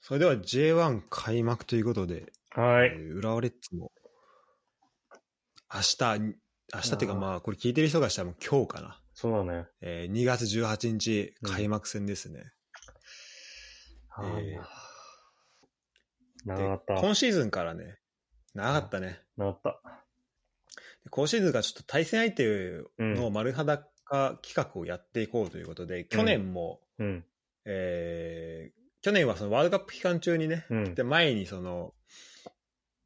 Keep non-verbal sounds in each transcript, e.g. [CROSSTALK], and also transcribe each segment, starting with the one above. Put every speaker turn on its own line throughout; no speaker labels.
それでは J1 開幕ということで、
は
え
い。
ー浦和レッズも、明日、明日っていうかまあ、これ聞いてる人がしたらもう今日かな。
そうだね。
えー、2月18日開幕戦ですね。
あ
えー
ー
で
長かった。
今シーズンからね、長かったね。
長かった。
で今シーズンからちょっと対戦相手
うん
の丸裸企画をやっていこうということで、去年も、
うん。
えー去年はそのワールドカップ期間中にね、
うん。
で前にその、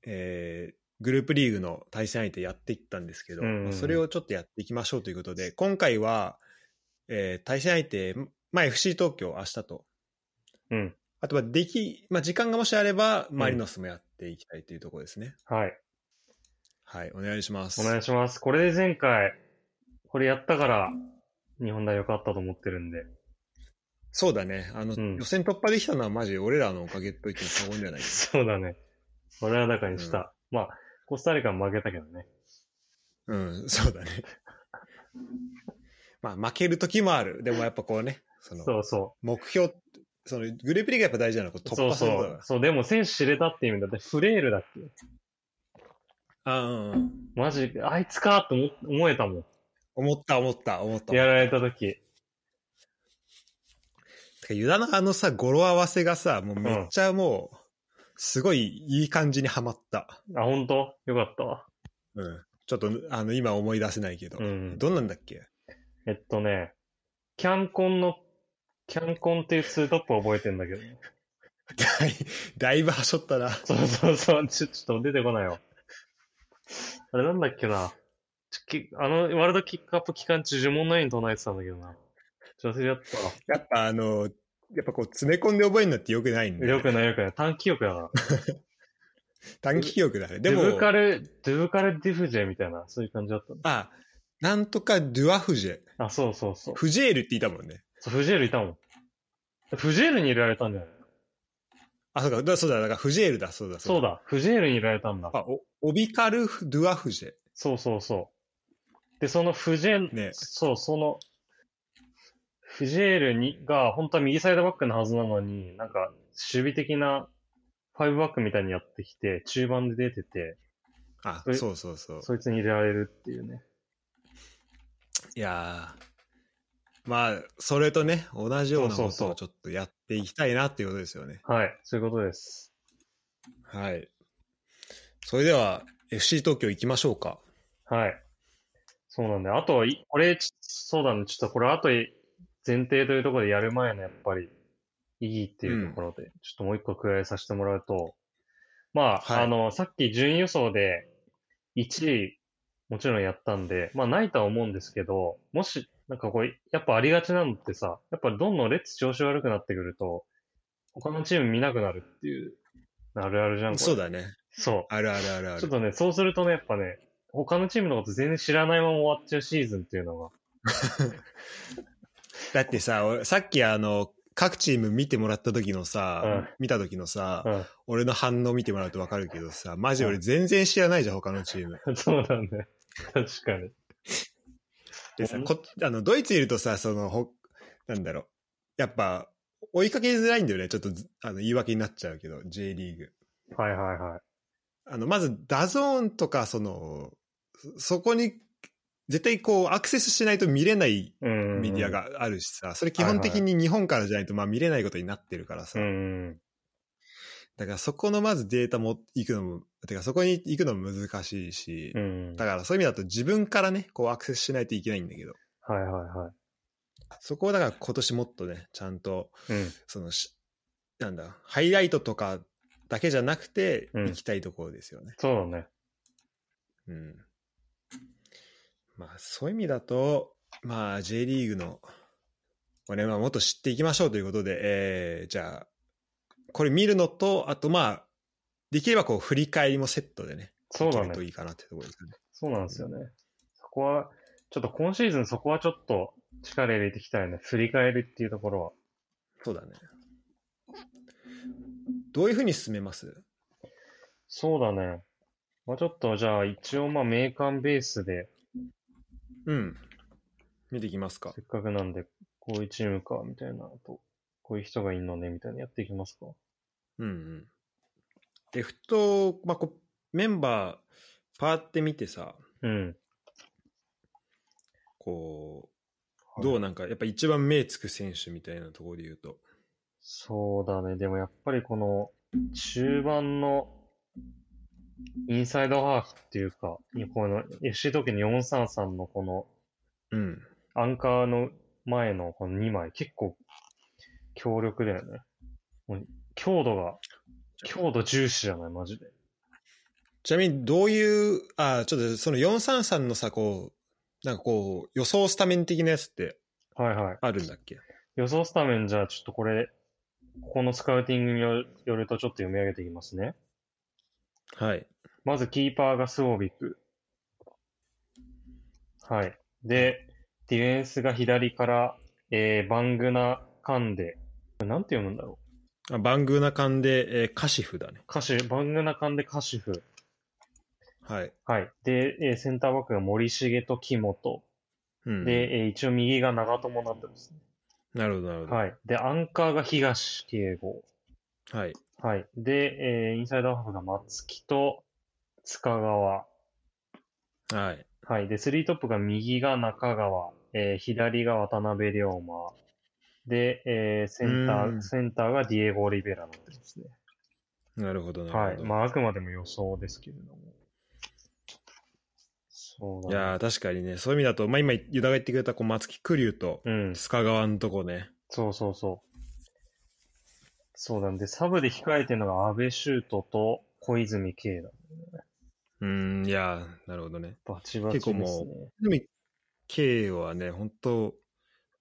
えーグループリーグの対戦相手やっていったんですけど、
うんうんうん
それをちょっとやっていきましょうということで今回は、えー対戦相手、まあ、FC 東京明日と
うん。
あとはでき、まあ、時間がもしあればマリノスもやっていきたいというところですね、
はい。
はいお願いします
お願いします。これで前回、これやったから、日本代良かったと思ってるんで。
そうだねあの、
うん
予選突破できたのはマジ俺らのおかげと言っても過言じゃない
そうだね。俺は中にした。まあ、コスタリカも負けたけどね。
うん、そう
[LAUGHS]
だね。まあ、負ける時もある。でもやっぱこうね、その、
そうそ
目標、その、グループリーグがやっぱ大事なのはこう
う。
突
そう
破す
そ
ることだ
う
か。ら。
そう、でも選手知れたっていう意味だって、フレールだっけ
あうんうん。
マジ、あいつかと思思えたも
思った、思った、思った。
ん。やられた時。
てか、ユダのあのさ、語呂合わせがさ、もうめっちゃもう、すごいいい感じにはまった。
あ、ほんとよかったわ。
うん。ちょっと、あの、今思い出せないけど。
うん
どんなんだっけ [LAUGHS]
えっとね、キャンコンの、キャンコンっていうツートップを覚えてんだけど。
だいだいぶはしょったな。
[LAUGHS] そうそうそう、ちょ、ちょっと出てこないよ。あれなんだっけな。ちょきあの、ワールドキックアップ期間中、呪文のように唱えてたんだけどな。ちょっと忘れちゃっ
やっぱあの、やっぱこう、詰め込んで覚えるのってよくないん
た。
で。
よくないよくない。短期力だな。
短期記憶だね。で
デ
も、
ブカル、デブカルディフジェみたいな、そういう感じだったの
あ、なんとかドゥアフジェ。
あ、そうそうそう。
フジェールって言ったもんね。
そうフジェールいたもん。フジェールに入れられたんじゃない
あ、そうか、だそうだ、だからフジェールだ、そうだ、
そう。だ、フジェールに入れられたんだ。
あ、おオビカル・ドゥアフジェ。
そうそうそう。で、そのフジェール、
ね
そう、その、フジェールにが、本当は右サイドバックのはずなのに、なんか、守備的な、ファイブバックみたいにやってきて、中盤で出てて、
あ
え、
そうそうそう。
そいつに入れられるっていうね。
いやーまあ、それとね、同じようなこ
そうそ
と
うそ
を
う
ちょっとやっていきたいなっていうことですよね。
はい、そういうことです。
はい。それでは、FC 東京行きましょうか。
はい。そうなんだよ。あと、いこれ、ちそうだね。ちょっとこれ、あとい、前提というところでやる前の、やっぱり、意義っていうところで、ちょっともう一個加えさせてもらうと、まあ、
はい
あの、さっき順位予想で、1位、もちろんやったんで、まあ、ないとは思うんですけど、もし、なんかこれ、やっぱありがちなのってさ、やっぱどんどんレッツ調子悪くなってくると、他のチーム見なくなるっていう、あるあるじゃん、これ
そうだね。
そう。
あるあるあるあ
ちょ
る
っ。とね、そうするとね、やっぱね、他のチームのこと全然知らないまま終わっちゃうシーズンっていうのが。
だってさ、俺さっきあの、各チーム見てもらった時のさ、
うん
見た時のさ、
う
俺の反応見てもらうと分かるけどさ、マジ俺全然知らないじゃん、他のチーム。
ん。 [LAUGHS] そうだね。確かに。
でさ
うん
こあのドイツいるとさそのほなんだろうやっぱ追いかけづらいんだよねちょっとずあの言い訳になっちゃうけど J リーグ
はいはいはい。
あのまずダゾーンとかそのそそこに絶対こうアクセスしないと見れない
うんうん。
メディア。があるしさ、それ基本的に日本からじゃないとまあ見れないことになってるからさ、
うんうん。
だからそこのまずデータも行くのもてかそこに行くのも難しいし、
うん。
だからそういう意味だと自分からねこうアクセスしないといけないんだけど
はいはいは
そこをだから今年もっとねちゃんと
い。うん。
そのし、なんだ、ハイライトとかだけじゃなくて、
うん
行きたいところですよね。
そうだね。
うん。まあ、そういう意味だと、まあ、J リーグの、これはもっと知っていきましょうということで、えー、じゃあ、これ見るのと、あとまあ、できればこう、振り返りもセットでね、
そうだ
いけると
ね。
いいかなってところですね。
そうなんですよね。そこは、ちょっと今シーズンそこはちょっと力入れていきたいね。振り返りっていうところは。
そうだね。どういうふうに進めます
そうだね。まあちょっとじゃあ一応まあ名鑑ベースで
うん。見ていきますか
せ。っかくなんで、こういうチームか、みたいなのと、こういう人がいるのね、みたいなのやっていきますか。
うんうん。で、ふと、まあ、こうメンバー、パーって見てさ、
うん。
こう、
はい
どうなんか、やっぱ一番目つく選手みたいなところで言うと。
そうだね。でもやっぱりこの中盤のインサイドハーフっていうか、この FC 時に433のこの
うん。
アンカーの前のこの2枚、結構強力だよね。もう強度が、強度重視じゃない、マジで。
ちなみに、どういう、あ、ちょっとその433のさ、こう、なんかこう、予想スタメン的なやつって
はいはい。
あるんだっけ
予想スタメンじゃあちょっとこれ、ここのスカウティングによよるとちょっと読み上げていきますね。
はい。
まずキーパーがスウォビック。はい。で、ディフェンスが左から、えー、バングナ・カンデ。これなんて読むんだろう。
あバングーナ間で、えーカシフだね。
カシュ、バングナ・カンデ・カシフ。
はい。
はい。で、えーセンターバックが森重と木本。
うん。
で、えー一応右が長友になってますね。
なるほど、なるほど。
はい。で、アンカーが東慶吾。
はい。
はい。で、えーインサイドハーフが松木と塚川。
はい。
はい。で、スリートップが右が中川、えー左が渡辺龍馬。で、えーセンタ
う
ー、
ん
センターがディエゴ・オリベラになってますね。
なるほど、な
は
る
い。
ほど。
まあ、あくまでも予想ですけれども。そうだ、
いやー確かにね、そういう意味だと、まあ、今、ユダが言ってくれたこう松木玖生と、
うん。
須賀川のとこね。
そうそうそう。そうなんで、サブで控えてるのが安倍修斗と小泉慶だ。
うーん、いやーなるほどね。
バチバチですね。
結構でも、K はね、本当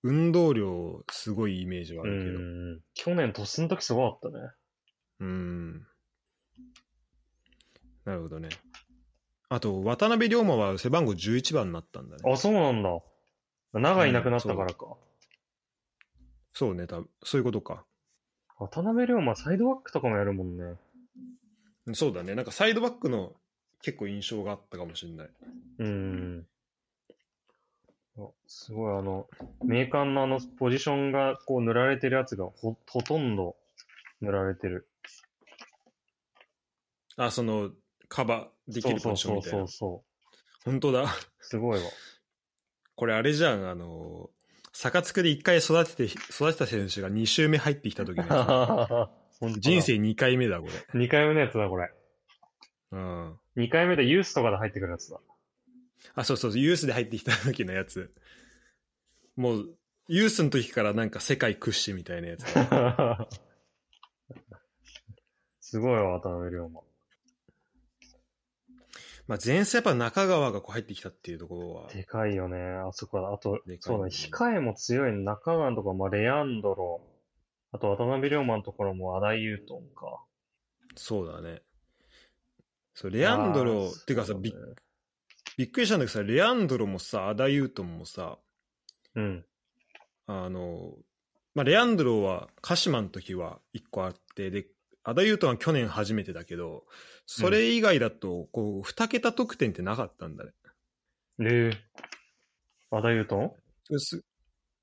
運動量、すごいイメージはあ
う
るけど。
ん。去年、トスの時すごかったね。
うーん。なるほどね。あと、渡辺龍馬は背番号11番になったんだね。
あ、そうなんだ。長いなくなったからか。
そうね、多分そういうことか。
渡辺龍馬、サイドバックとかもやるもんね。
そうだね、なんかサイドバックの結構印象があったかもしれない。
うん。あすごい、あの、メーカーのあの、ポジションが、こう、塗られてるやつがほ、ほとんど塗られてる。
あ、その、カバーできるポジションみたい
そ
な
うそうそう。そう。
本当だ。
すごいわ。
これあれじゃん、あの、坂津区で1回育てて、育てた選手が2周目入ってきた時
[LAUGHS]
のやつ
本当だ
[LAUGHS] 人生2回目だ、これ。
二回目のやつだ、これ。
うん。
二回目でユースとかで入ってくるやつだ。
あ、そうそうそう、ユースで入ってきた時のやつ。もう、ユースの時からなんか世界屈指みたいなや
[LAUGHS]
つ。
すごいわ、渡辺龍馬。
まあ、前世やっぱ中川がこう入ってきたっていうところは、
でかいよね、あそこは。あと
でかい、
そうだね、控えも強い、中川のところ、まあ、レアンドロ、あと渡辺龍馬のところも荒井優斗か。
そうだね。そう、レアンドロ、てかさ、び
ビ
っびっくりしたんだけどさ、レアンドロもさ、アダユートンもさ、
うん。
あの、まあ、レアンドロは鹿島の時は1個あって、で、アダユートンは去年初めてだけど、それ以外だと、こう、2桁得点ってなかったんだね。
で、和田優斗
うす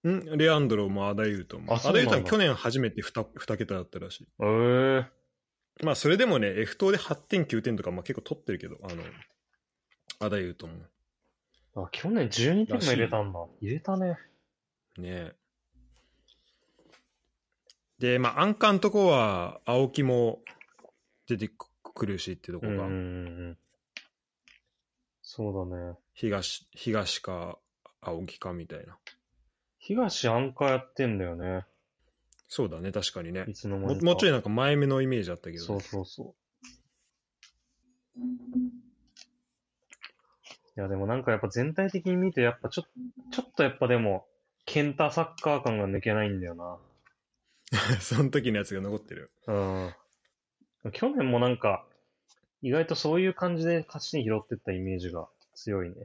んレアンドロもアダユートンも。
あ
ア
そう
ダ
な
ユ
ん
ート
だ
ンは去年初めて 2, 2桁だったらしい。
えー、
まあ、それでもね、F 等で8点、9点とか、まあ、結構取ってるけど、あの、アダユートンも。
あ、去年12点も入れたんだ。入れたね。
ねえで、まあ、アンカーのとこは、青木も出てくるしってとこ
うんう
が、
んうんうん。そうだね。
東、東か、青木かみたいな。
東アンカーやってんだよね。
そうだね、確かにね
い。つの間
も
にか。
もうちょいなんか前目のイメージあったけどね、
そうそうそう。いや、でもなんかやっぱ全体的に見て、やっぱちょちょっとやっぱでも、ケンタサッカー感が抜けないんだよな。
[LAUGHS] その時のやつが残ってる。
うん。去年もなんか、意外とそういう感じで勝ちに拾ってったイメージが強いね。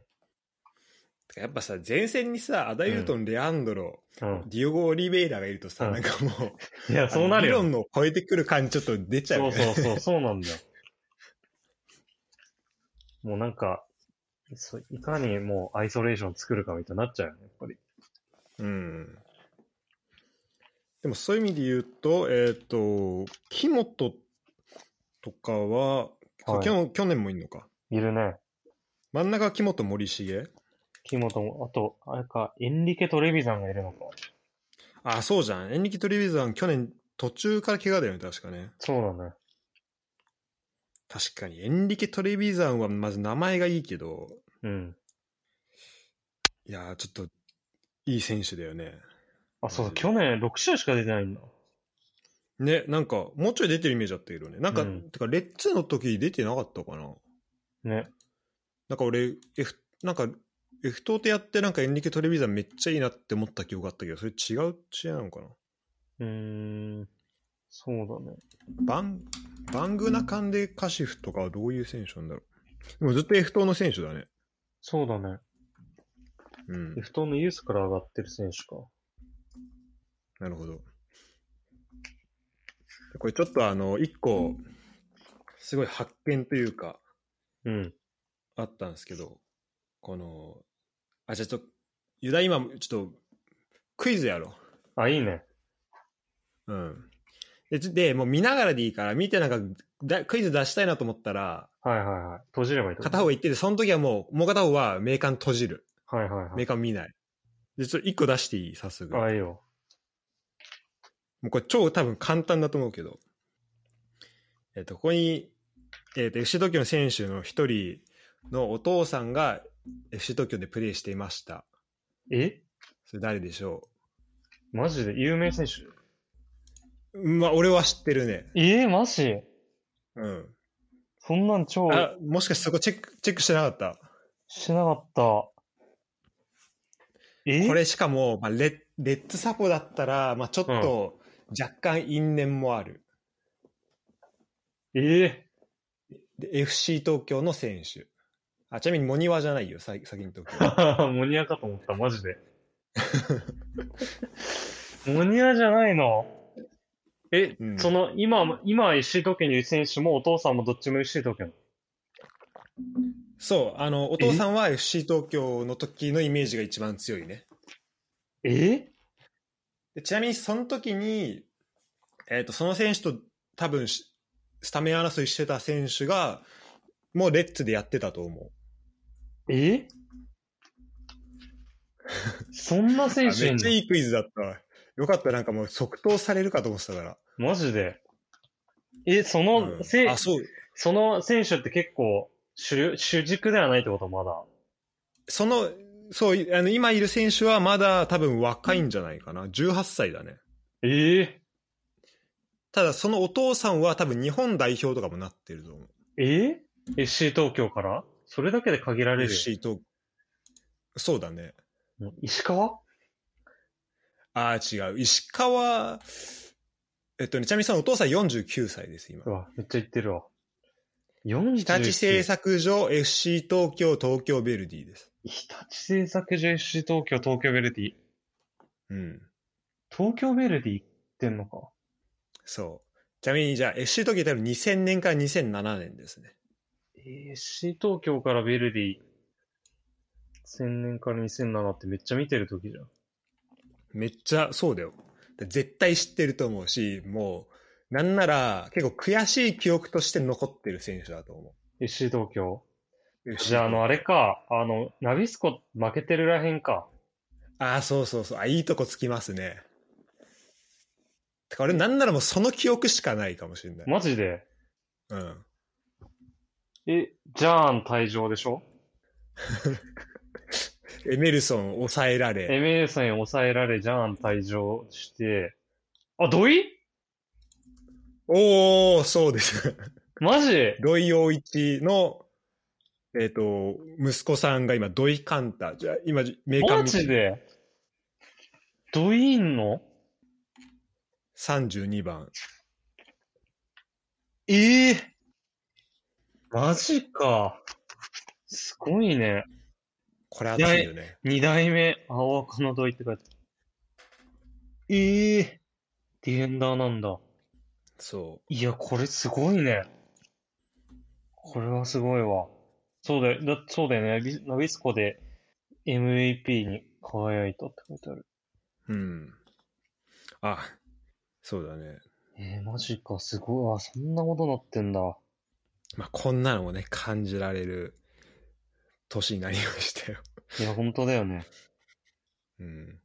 てかやっぱさ、前線にさ、アダユートン、レアンドロ、
うん。
ディオゴ・オリベイラがいるとさ、
うん
なんかも [LAUGHS] う、
いや、そうなる
あの
よ。
理論の超えてくる感じちょっと出ちゃう
そ
よ
う
ね。
そうそう、そうなんだよ。もうなんか、そいかにもうアイソレーション作るかみたいになっちゃうよね、やっぱり。
うん。でもそういう意味で言うと、えっ、と、木本とかは、
はい
去去年もいんのか。
いるね。
真ん中は木本森重
木本も、あと、あれか、エンリケ・トレビザンがいるのか。
あ、そうじゃん。エンリキ・トリビザン、去年途中から怪我だよね、確かね。
そうだね。
確かに。エンリケ・トレビザンは、まず名前がいいけど、
うん。
いやー、ちょっと、いい選手だよね。
あ、そうだ、
マジで
去年6試合しか出てないんだ。
ね、なんか、もうちょい出てるイメージあったけどね。なんか、
うん
てか、レッツの時出てなかったかな。
ね。
なんか俺、F、なんか、F 等でやって、なんかエンリケ・トレビザンめっちゃいいなって思った記憶があったけど、それ違う試合なのかな。
うーん。そうだね。
バン、バングナカンデ・カシフとかはどういう選手なんだろう。でもずっと F 等の選手だね。
そうだね。
うん。
F 党のユースから上がってる選手か。
なるほど。これちょっとあの、一個、すごい発見というか、
うん。
あったんですけど、この、あ、じゃあちょっと、ユダ今、ちょっと、クイズやろ
あ、いいね。
う。うん。で、ちでもう見ながらでいいから、見てなんかだ、クイズ出したいなと思ったら、
はいはいはい。閉じればいいと
片方行ってて、その時はもう、もう片方はメーカー閉じる。
はいはい
メーカー見ない。で、ちょっと一個出していい早速。
はい。あ、いいよ。
もうこれ超多分簡単だと思うけど。えっ、と、ここに、えっ、と、FC 東京の選手の一人のお父さんが FC 東京でプレーしていました。
え
それ誰でしょ
マジで有名選手
ううんまあ、俺は知ってるね。
えー、マジ
うん。
そんなん超
あ、もしかしてそこチェック、チェックしてなかった。
しなかった。え
これしかも、まあ、レレッツサポだったら、まあ、ちょっと若干因縁もある。
え
で FC 東京の選手。あ、ちなみにモニワじゃないよ、さい先に言っとくけど。
ー、 [LAUGHS] モニアかと思った、マジで。モニアじゃないのえ、
うん
その、今、今 FC 東京にいる選手もお父さんもどっちも FC 東京なの
そう、あの、お父さんは FC 東京の時のイメージが一番強いね。
え
でちなみにその時に、えっ、と、その選手と多分しスタメン争いしてた選手が、もうレッツでやってたと思う。
えそん
[LAUGHS]
な
あめ
選
っ
手いん
ちゃ
の
いいクイズだったわ。よかった、なんかもう即答されるかと思ってたから。
マジでえ、そうの、
ん
せ
あ、そう。
その選手って結構主、主軸ではないってことまだ。
その、そう、いあの、今いる選手はまだ多分若いんじゃないかな。18歳だね。
ええ
ただ、そのお父さんは多分日本代表とかもなってると思う。
え ?FC 東京からそれだけで限られるよ。
FC 東そうだね。
うん石川
ああ、違う。石川、えっとね、ちなみにそのお父さん49歳です、今
う。わ、めっちゃ言ってるわ。49
日立製作所 FC 東京東京ベルディです。
日立製作所 FC 東京、東京ベルディ。
うん。
東京ベルディ行ってんのか。
そう。ちなみにじゃあ FC 東京多分2000年から2007年ですね。
えー FC 東京からベルディ。1000年から2007ってめっちゃ見てる時じゃん。
めっちゃそうだよ。絶対知ってると思うし、もう、なんなら結構悔しい記憶として残ってる選手だと思
FC 東京
う。
じゃあ、あの、あれか、あの、ナビスコ負けてるらへんか。
ああ、そうそうそう。あ、いいとこつきますね。てか俺なんならもうその記憶しかないかもしれない。
マジで
うん。
え、ジャーン退場でしょ
エメルソン抑えられ。
エメルソンに抑えられ、ジャーン退場して、あ、土井
おー、そうです。 [LAUGHS]
マジ
土井陽一の、えっ、と、息子さんが今、土井カンタ。じゃあ今、メーカー
マ
見て
ジで土井いんの
32番。
ええマジか。すごいね。
これ熱いよね。
二代目、青赤の土井って書いてある。ええディフェンダーなんだ。
そ
いや、これすごいね。これはすごいわ。そうだよ、だそうだよね。ビナビスコで MVP に輝いたって書いてある。
う。うん。あ、そうだね。
えー、マジか、すごい。あ、そんなことなってんだ。
まあ、こんなのもね、感じられる年になりましたよ。
いや、本当だよね。
うん。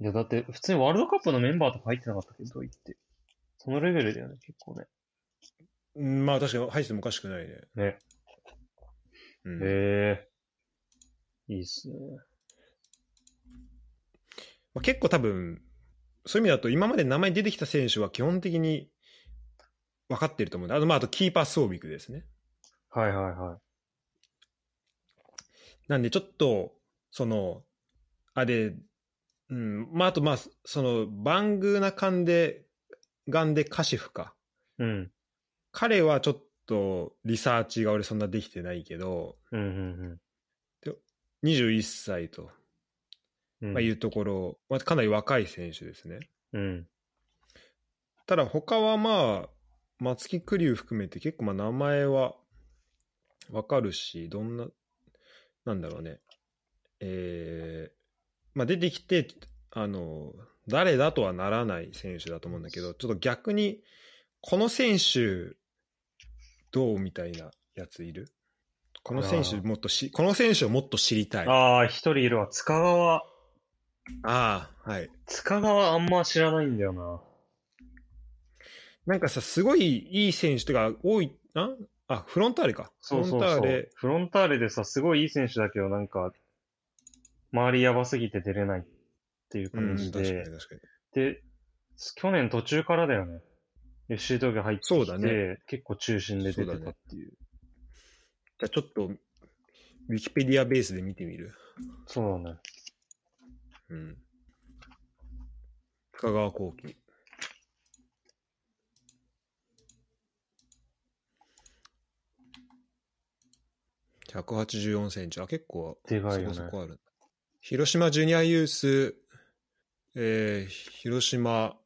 いや、だって、普通にワールドカップのメンバーとか入ってなかったけど、ドイツって。そのレベルだよね、結構ね。
うんまあ、確かに入っててもおかしくないね。
ね。
うん。
へえ。いいっすね。
まあ、結構多分、そういう意味だと、今まで名前出てきた選手は基本的に分かってると思うんで、あと、まあ、あとキーパー装備クですね。
はいはいは
なんで、ちょっと、その、あれ、うん、まあ、あと、まあ、その、バングーナカンで、ガンでカシフか。
い。うん。
彼はちょっと、リサーチが俺そんなできてないけど、
うんうん
21歳と、
うん。
まあ、いうところ、まあ、かなり若い選手ですね。
うん。
ただ他はまあ松木玖生含めて結構まあ名前はわかるしどんななんだろうねえーまあ、出てきてあの誰だとはならない選手だと思うんだけどちょっと逆にこの選手どうみたいなやついるこの選手もっとしこの選手をもっと知りたいあ
ああ、一人いるわ。塚川。
あーはい
塚川あんま知らないんだよな。
なんかさすごいいい選手とか多いなあフロンターレか
そうそう
フロン
そ
ターレ
う。フロンターレでさ、すごいいい選手だけど、なんか、周りやばすぎて出れないっていう感じ
確かに
で。
確かに。
で、去年途中からだよね。FC 東京入ってきて、
そうだね
結構中心で出て
そ
たっ
うだね
ていう。
じゃあちょっと、ウィキペディアベースで見てみる。
そうだね。
うん。深川幸喜。184センチ。あ、結構、
でか
そ
いよ
こ
ね
そこある。広島ジュニアユース、えー、広島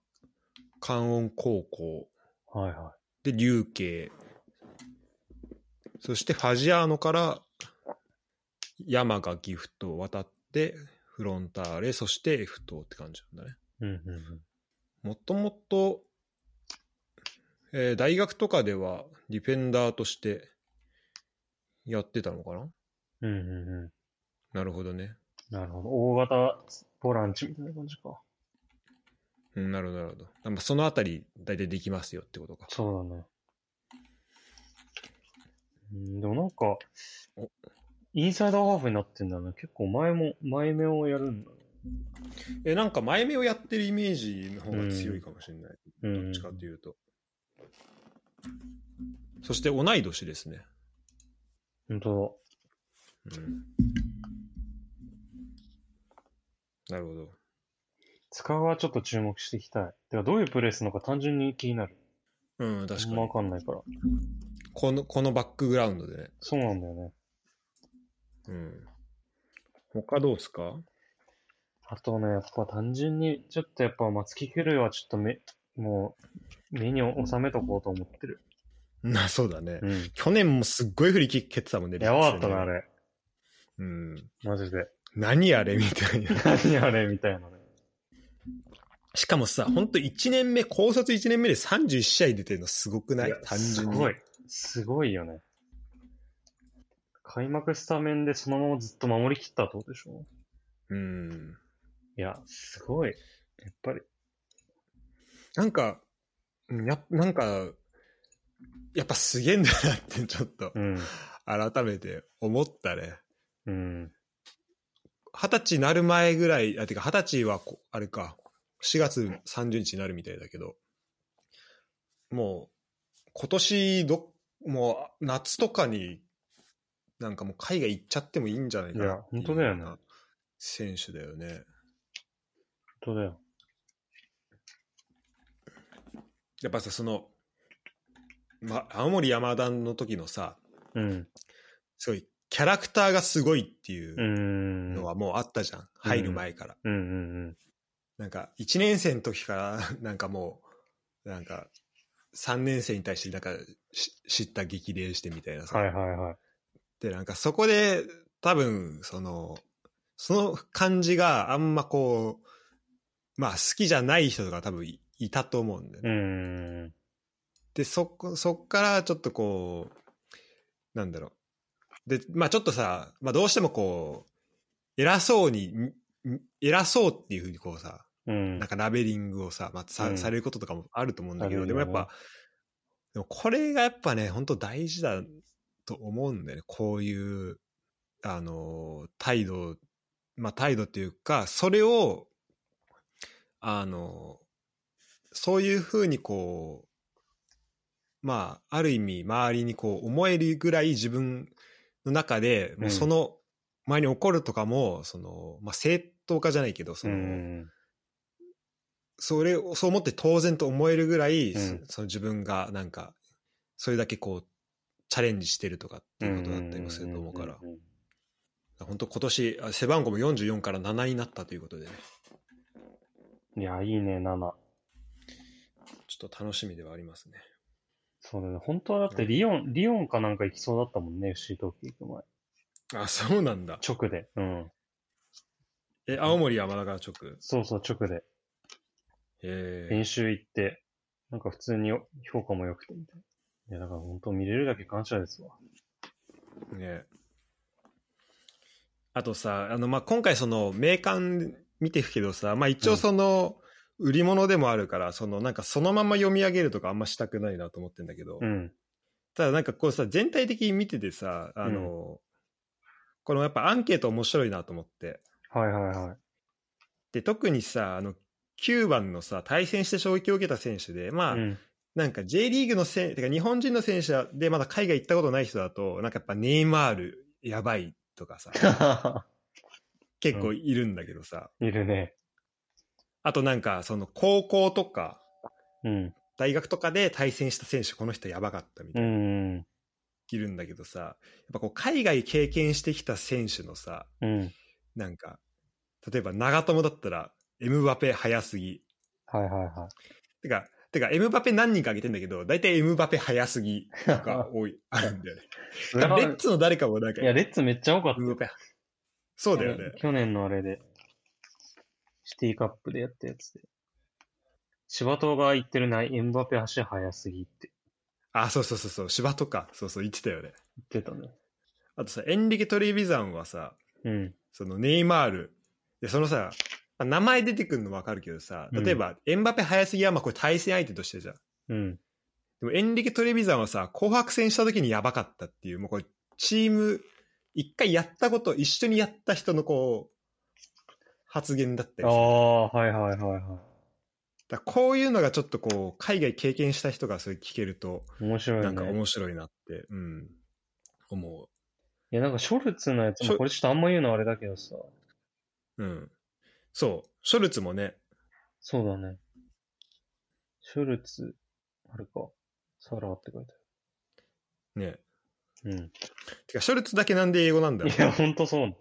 関音高校。
はいは
で、竜慶。そして、ファジアーノから、山がギフトを渡って、フロンターレ、そして F 等って感じなんだね。
い。うんうんうん。
もともと、えー大学とかではディフェンダーとしてやってたのかな
うんうんう
なるほどね。
ん。なるほど。大型ボランチみたいな感じか。
うん、なるほど、なるほど。なんかそのあたり、大体できますよってことか。
そうだね。うんでもなんか
お、
インサイドハーフになってんだな。結構前も、前目をやるんだ。
え、なんか前目をやってるイメージの方が強いかもしれない。
うん。
どっちかというと。そして同い年ですね。
本当
うん、なるほど。
だ。塚川ちょっと注目していきたい。てか、どういうプレーするのか単純に気になる。
うん、確か
あんま
に
わ。かんないから。
この、このバックグラウンドでね。
そうなんだよね。
うん。他どうですか
あとね、やっぱ単純に、ちょっとやっぱ松木玖生はちょっと目、もう、目に収めとこうと思ってる。
な、そうだね。
うん。
去年もすっごい振り切ってたもんね。
やばかったな、あ
れ。
れ。
うん。
マジで。
何あれみたいな。
何あれみたいなね。
しかもさ、ほんと1年目、高卒1年目で31試合出てるのすごくない
や
単純に。
すごい。すごいよね。開幕スタメンでそのままずっと守りきったってことでしょ
うん。
いや、すごい。やっぱり。
なんか、うんやっなんか、やっぱすげえんだなって [LAUGHS] ちょっと
うん。
改めて思ったね。
うん。
二十歳になる前ぐらい、あ、てか二十歳はこ、あれか、4月30日になるみたいだけど、もう、今年ど、もう、夏とかに、なんかもう海外行っちゃってもいいんじゃないかなってい
いや本当だよね
ううな選手だよね。
本当だよ。
やっぱさ、その、ま、青森山田の時のさ、
うん。
すごい、キャラクターがすごいっていうう
ーん。
のはもうあったじゃん。入る前から。
うんうんうん。
なんか、1年生の時から、 [LAUGHS] なんかもう、なんか、3年生に対して、なんか、し知った激励してみたいなさ。
はいはいはい。
で、なんかそこで、多分、その、その感じがあんまこう、まあ好きじゃない人とか多分いいたと思うんだよね。
うん。
で、そこ、そっからちょっとこう、なんだろう。で、まあちょっとさ、まあどうしてもこう、偉そうに、んん偉そうっていうふうにこうさ、
うん
なん。かラベリングをさ、まあ、さ
うん
されることとかもあると思うんだけど、
ある
で
よ
も
ね
やっぱ、でもこれがやっぱね、本当大事だと思うんだよね。こういう、あの、態度、まあ、態度っていうか、それを、あの、そういうふうにこう、まあ、ある意味、周りにこう、思えるぐらい自分の中で、もうその、前に起こるとかも、その、まあ、正当化じゃないけど、その、
うん
それをそう思って当然と思えるぐらい、
うん
そその自分がなんかそれだけこうチャレンジしてるとかっていうことだったりもすると思うから
んんん
本当今年あ背番号も44から7になったということでね
うんいや、いいね、7。
ちょっと楽しみではありますね
そうだね。本当はだってリオン、リオンかなんか行きそうだったもんね、FC 東京行く前。
あそうなんだ
直で。うん。
え青森山田が直
そうそう、直で。
え
練習行って、なんか普通によ評価も良くてみたいな。いや、だから本当見れるだけ感謝ですわ。
ー、ねあとさあの、まあ、今回その名鑑見てるけどさ、まあ、一応その、売り物でもあるからそのなんかそのまま読み上げるとかあんましたくないなと思ってんだけど、
うん。
ただなんかこうさ全体的に見ててさあの、
うん
このやっぱアンケート面白いなと思って
はいはいはい。
で特にさあの9番のさ対戦して衝撃を受けた選手でまあ、 [LAUGHS]
うん。
なんか J リーグのせんてか日本人の選手でまだ海外行ったことない人だとなんかやっぱネイマールやばいとか
[LAUGHS]
さ結構いるんだけどさ、
いるね。
あとなんかその高校とか
うん。
大学とかで対戦した選手この人やばかったみた
う
いな、
ん。
いるんだけどさやっぱこう海外経験してきた選手のさ
うん。
なんか、例えば長友だったら、エムバペ早すぎ。
はいはいは
てか、てか、エムバペ何人か挙げてんだけど、大体エムバペ早すぎが多い、あるんだよね。[LAUGHS]
い。
だからレッツの誰かもなんか、
いや、レッツめっちゃ多かっ
エムバペ。そう
た。
だよね。
去年のあれで、シティカップでやったやつで。柴戸が言ってるな、エンバペ足速すぎって
あ、そうそうそうそう、芝とか、そうそう、言ってたよね。
言ってたね。
あとさ、エンリケ・トリビザンはさ、
うん。
そのネイマール、で、そのさ、まあ名前出てくるの分かるけどさ、例えば、エンバペ早すぎは、まあこれ対戦相手としてじゃん。
うん。
でもエンリケ・トレビザンはさ、紅白戦した時にやばかったっていう、もうこれ、チーム、一回やったこと、一緒にやった人のこう、発言だった
あ
りする
あ、はいはいはいは
だからこういうのがちょっとこう、海外経験した人がそれ聞けると、
い。面白いね。
なんか面白いなって、うん、思
いや、なんかショルツのやつ
ショ
も、これちょっとあんま言うのあれだけどさ。
う。うん。そう、ショルツもね、
そうだね。ショルツ、あれか。サラーって書いて
ね、
ある。
てか、ショルツだけなんで英語なん
う
だ
ん。
ろ。
いうや、ほんとそう。 [LAUGHS]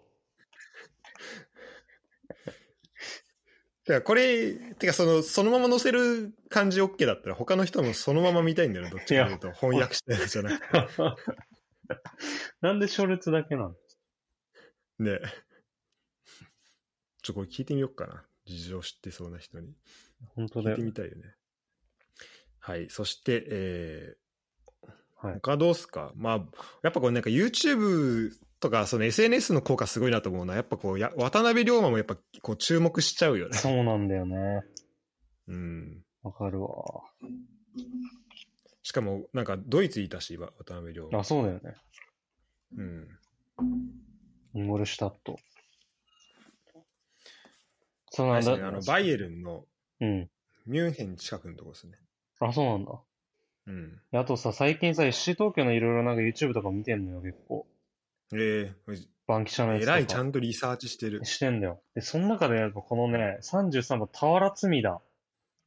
てか、これ、てか、その、そのまま載せる感じ OK だったら、他の人もそのまま見たいんだよね、どっちかというと。翻訳してじゃなくて。
なんでショルツだけなの
ね。 [LAUGHS] ちょ、これ聞いてみようかな。事情知ってそうな人に。
ほんとだ
聞い
よ
て。みたいよね。はい。そして、えー
はい
他どうっすかまあ、やっぱこれなんか YouTube とか、その SNS の効果すごいなと思うのは、やっぱこう、や渡辺龍馬もやっぱこう注目しちゃうよね。
そうなんだよね。
うん。
わかるわ。
しかも、なんかドイツいたし、わ渡辺龍馬
あ、。そうだよね。
うん。
インゴルシュタット。そう
あれ
なん
です
だ。
ね、あの、バイエルンの
うん。
ミュンヘン近くのとこですね。
あ、そうなんだ。
うん。
であとさ、最近さ、FC 東京のいろいろなんか YouTube とか見てんのよ、結構。
え
バンキシャの
ー、
や
え
つと
ら
か。
いちゃんとリサーチしてる。
してんだよ。で、その中でなんかこのね、33番、俵ワラツミだ。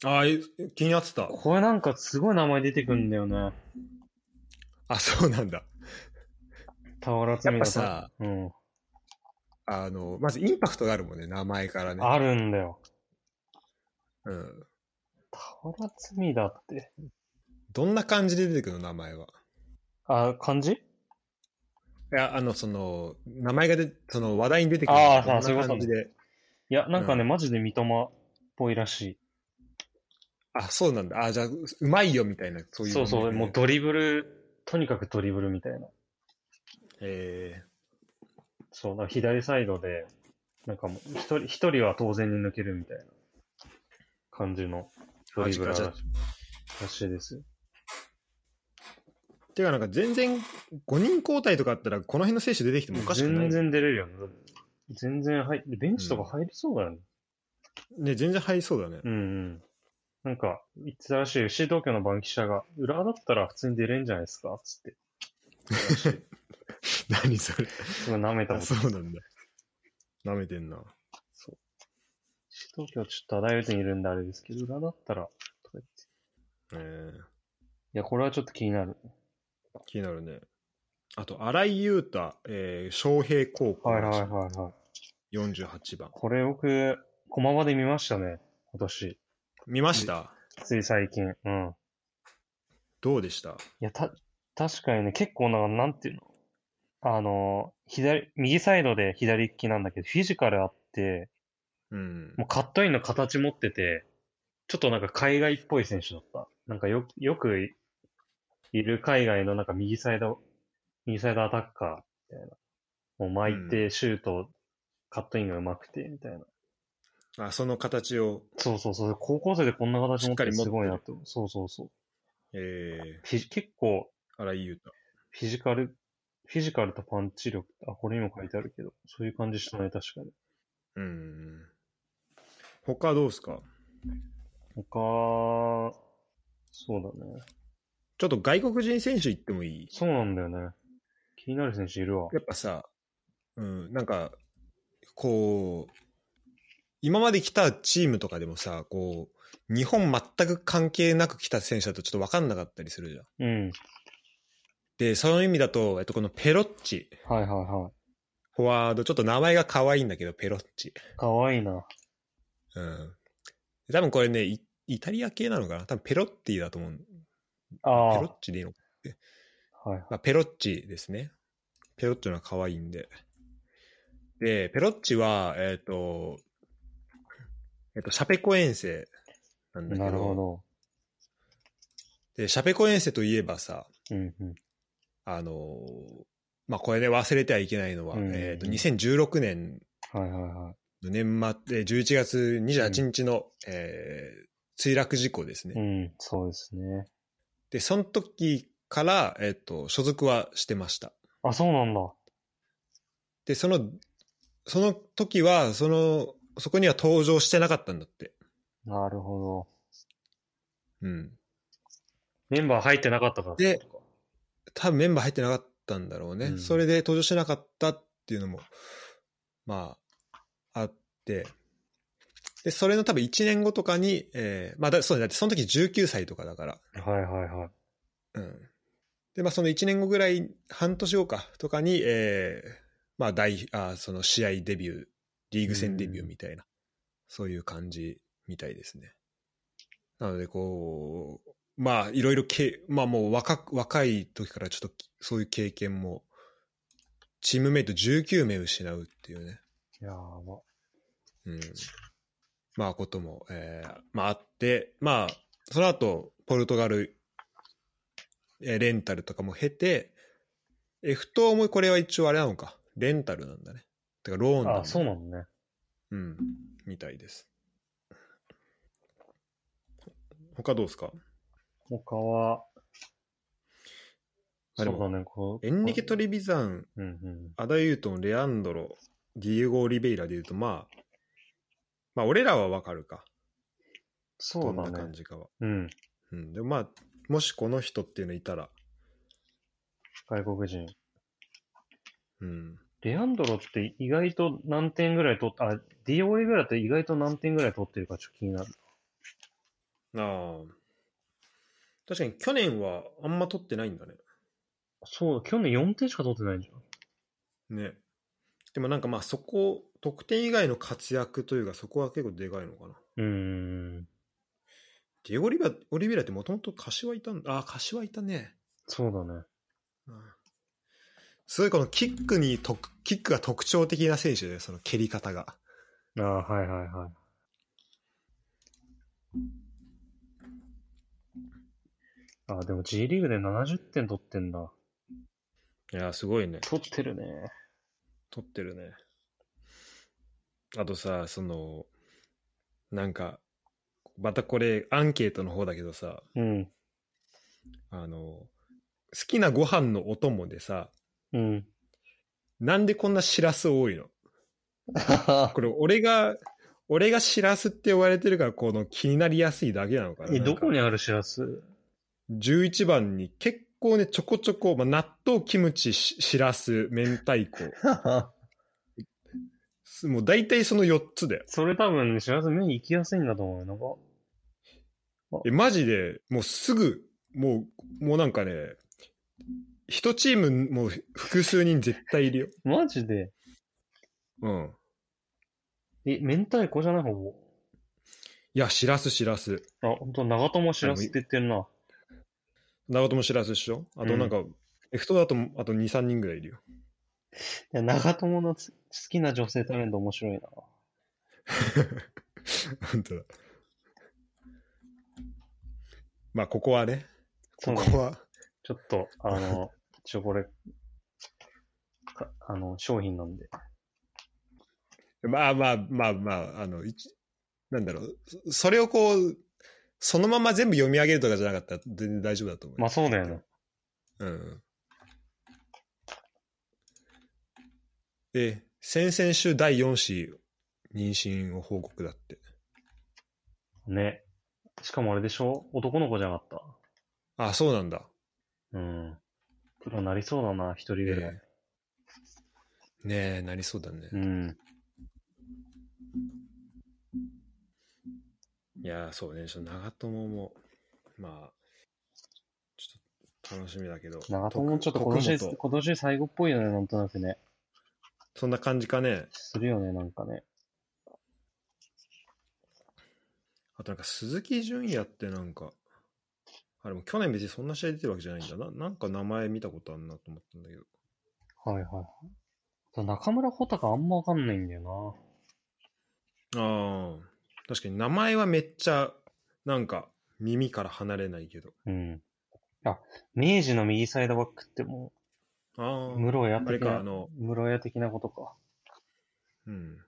ああ、え気になってた。
これなんかすごい名前出てくんだよね。
あ、そうなんだ。
俵ワラツ
やっ
ミ
ぱ
だ。
さ、
うん。
あの、まずインパクトがあるもんね、名前からね。
あるんだよ。
うん。
俵ワラツミだって。
どんな感じで出てくるの、名前は。
あ、漢字
いや、あの、その、名前がで、その話題に出てくる
あー
どんな
そういうこと
感じで。
いや、なんかね、
う
マジで三笘っぽいらしい。
あ、そうなんだ。あ、じゃあ、ううまいよみたいな、そういう、
そうそう、もうドリブル、とにかくドリブルみたいな。
え
そう、だから左サイドで、なんかもう、一人、一人は当然に抜けるみたいな感じのドリブラーら
マジか
しらしいですよ。
ー。てか、なんか全然、5人交代とかあったら、この辺の選手出てきてもおかしくない。
全然出れるよね。全然入って、ベンチとか入りそうだよね。
ね、全然入りそうだね。
うん、うん。なんか、言ってたらしい、FC 東京の番記者が、裏だったら普通に出れんじゃないですかつって。
何それ。
すごい舐めたこ
あ、
と。
そうなんだ。舐めてんな。
FC 東京ちょっと大学にいるんであれですけど、裏だったら、とか言って。
えー、
いや、これはちょっと気になる。
気になるね。あと、新井優太、えー、昌平高校、
はいはいはいはい。
48番。
これ僕、駒場で見ましたね。今年。
見ました
つい最近。うん。
どうでした
いや、た、確かにね、結構なんか、なんていうのあの、左、右サイドで左利きなんだけど、フィジカルあって、
うん。
もうカットインの形持ってて、ちょっとなんか海外っぽい選手だった。なんかよ、よくいいる海外のなんか右サイド、右サイドアタッカーみたいな。もう巻いて、シュート、カットインが上手くて、みたいな。
あ、その形を、
そうそうそう。高校生でこんな形持ってて
しっかり持ってる
すごいなって思う。そうそうそう。
え
フィジ結構、
ー、新井優太。
フィジカル、フィジカルとパンチ力、あ、これにも書いてあるけど、そういう感じしたね、確かに。
うん。他どうですか
他、そうだね。
ちょっと外国人選手行ってもいい
そうなんだよね。気になる選手いるわ。
やっぱさ、うん、なんか、こう、今まで来たチームとかでもさ、こう、日本全く関係なく来た選手だとちょっと分かんなかったりするじゃん。
うん。
で、その意味だと、えっと、このペロッチ、
はいはいは
フォワード、ちょっと名前が可愛いんだけど、ペロッチ。
い。かわいいな。
うん。多分これね、イイタリア系なのかな多分ペロッティだと思う。
あ
ペ
あ。
ロッチでいいのか
はい。
まあ、ペロッチですね。ペロッチのは可愛いんで。で、ペロッチは、えっ、と、えっ、と、シャペコ遠征なんだけど。
なるほど。
で、シャペコ遠征といえばさ、
うんうん。
あのーまあ、これね、忘れてはいけないのは、
うん
えっ、と、2016年
はいはいは
の年末、えー11月28日の、えー墜落事故ですね。
い。うん、そうですね。
で、その時から、えっ、と、所属はしてました。
あ、そうなんだ。
で、その、その時は、その、そこには登場してなかったんだって。
なるほど。
うん。
メンバー入ってなかったから。
で、多分メンバー入ってなかったんだろうね。
うん
それで登場してなかったっていうのも、まあ、あって。で、それの多分1年後とかに、えーまあだ、そうだねだってその時19歳とかだから。
はいはいはい。
うん。で、まあその1年後ぐらい、半年後か、とかに、えーまあ大、あその試合デビュー、リーグ戦デビューみたいな、そういう感じみたいですね。なので、こう、まあいろいろけ、まあもう若く、若い時からちょっとそういう経験も、チームメイト19名失うっていうね、
やーば。
うん。まあことも、えーまああって、まあ、その後、ポルトガル、えーレンタルとかも経て、えー、ふと思い、これは一応あれなのか、レンタルなんだね。てか、ローンなんだ
あ、そうなのね。
うん、みたいです。他どうですか
他は、
あ
そう
でも
だね、こう。
エンリケ・
こ
トリビザン、
ううんうん。
アダユートン、レアンドロ、ディエゴ・オリベイラで言うと、まあ、まあ、俺らはわかるか。
そ
どん
う
な
だ
感
ね。
じかは。
うん。
うん、でもまあ、もしこの人っていうのいたら、
外国人。
うん、
レアンドロって意外と何点ぐらい取っ、あ、DOA ぐらいって意外と何点ぐらい取ってるかちょっと気になる。
ああ。確かに去年はあんま取ってないんだね。
そう、去年4点しか取ってないじ
ね。でもなんかまあそこ、得点以外の活躍というかそこは結構でかいのかな。
ゃん。うーん。
ディエゴリベラ・オリベラってもともと柏いたんだ。ああ、柏いたね。
そうだね。
うんすごいこのキックにと、キックが特徴的な選手で、その蹴り方が。
あーはいはいはい。あ、でも G リーグで70点取ってんだ。
いや、すごいね。
取ってるね。
取ってるね。あとさ、その、なんか、またこれアンケートの方だけどさ、
うん。
あの、好きなご飯のお供でさ、
[LAUGHS] うん。
なんでこんなしらす多いのこれ俺が、俺がしらすって呼ばれてるから、この気になりやすいだけなのかな。
え、
なんか
どこにあるしら [LAUGHS] す
?11 番に結構ね、ちょこちょこ、まあ、納豆、キムチ、ししらす、明太子。すもう大体その4つだよ。
それ多分、しらす目に行きやすいんだと思うよ。なんか、
え、マジで、もうすぐ、もう、もうなんかね、一チームもう複数人絶対いるよ。
マジで。
うん。
え、明太子じゃないほ
いや、しらす、しらす。
ぼ。あ、ほんと、長友しらすって言ってるな。
長友しらすでしょあとなんか、エフトだと、あと2、3人ぐらいいるよ。 [LAUGHS]
いや、長友のつ好きな女性タレント面白いな。
本当だ。まあ、ここはね、
そ
こ
うだね
こは、
ちょっと、あの、一応これ、かあの、商品なんで。
まあまあまあまあ、あの、いちなんだろう、そそれをこう、そのまま全部読み上げるとかじゃなかったら全然大丈夫だと思う。
まあそうだよね。
うん。で、先々週第4子、妊娠を報告だって。
ね。しかもあれでしょ男の子じゃなかっ
あ、そうなんだ。
た。うん。プロなりそうだな、一人ぐらい。
ねえ、なりそうだね。
うん。
いやー、そうね、ちょっと長友も、まあ、ちょっと楽しみだけど。
長友もちょっと今
徳
年、
徳本
今年最後っぽいよね、なんとなくね。
そんな感じかね。
するよね、なんかね。
あとなんか鈴木純也ってなんか、あれも去年別にそんな試合出てるわけじゃないんだな。なんか名前見たことあるなと思ったんだけど。
はいはいはい。そう中村穂高あんまわかんないんだよ
ああ、確かに名前はめっちゃ、なんか耳から離れないけど。
な。うん。あ、明治の右サイドバックっても
あ
う、
あ、
室屋
あれ
的
か、
な
あ、の、
室屋的なことか。
うん。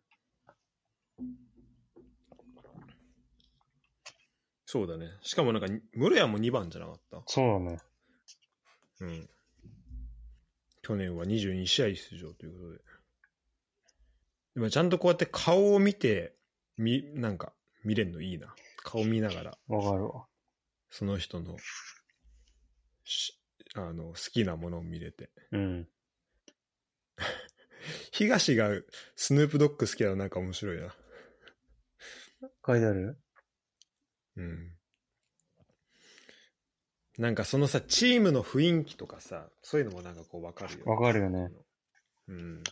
そうだね。しかもなんか、室屋も2番じゃなかっ
そうだね。
た。うん。去年は22試合出場ということで。でもちゃんとこうやって顔を見て、み、なんか、見れんのいいな。顔見ながら、
わかるわ。
その人の、し、あの、好きなものを見れて。
うん。
東がスヌープドッグ好きなのなんか面白いな。
書いてある
うん。なんかそのさ、チームの雰囲気とかさ、そういうのもなんかこうわかるよ、
わかるよね。
うん。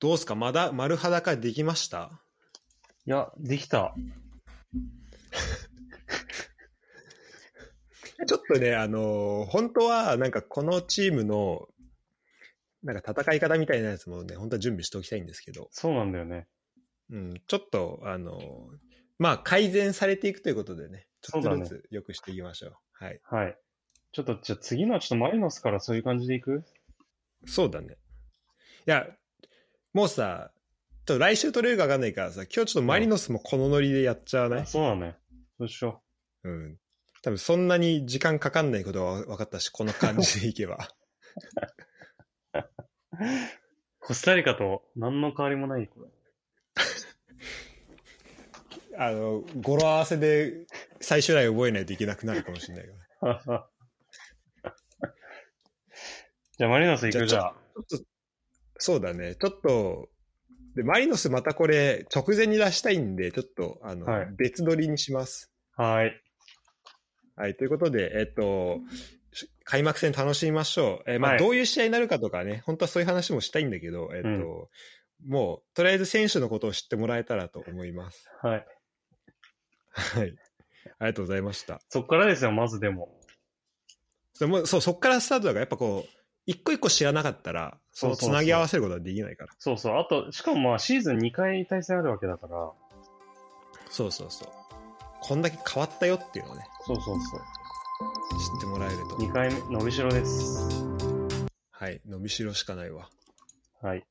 どうすかまだ丸裸できました
いや、できた。
ちょっとね、あのー本当はなんかこのチームの、なんか戦い方みたいなやつもね、本当は準備しておきたいんですけど、
そうなんだよね。
うん、ちょっと、あのーまあ改善されていくということでね、ちょっと
そうだね
ずつ良くしていきましょう。はい。
はい。ちょっと、じゃあ次のはちょっとマリノスからそういう感じでいく
そうだね。いや、もうさ、ちょっと来週取れるか分かんないからさ、今日ちょっとマリノスもこのノリでやっちゃわない、
そうだね。そうしよ
うん、多分そんなに時間かかんないことは分かったし、この感じでいけば。
う。コスタリカと何の変わりもない、これ。
[LAUGHS] あの、語呂合わせで最終来覚えないといけなくなるかもしれないから。
[LAUGHS] じゃあマリノス行くじ
じゃ
ゃあ。
ちょっとそうだね。ちょっと、で、マリノスまたこれ直前に出したいんで、ちょっと、あの、
はい
別撮りにします。
はーい。
はい、ということで、えっと、し開幕戦楽しみましょう。えーまあ、
はい
どういう試合になるかとかね、本当はそういう話もしたいんだけど、えっと、もう、とりあえず選手のことを知ってもらえたらと思います。
はい。
はい。ありがとうございました。
そっからですよ、まずでも。
それもそう、そっからスタートだから、やっぱこう、一個一個知らなかったら、その
そ
つ
うそうそう
なぎ合わせることはできないから。
そうそう。あと、しかもまあシーズン2回対戦あるわけだから、
そうそうそうこんだけ変わったよっていうのをね、
そうそうそう。
知ってもらえると。
2回目、伸びしろです。
はい、伸びしろしかないわ。
はい。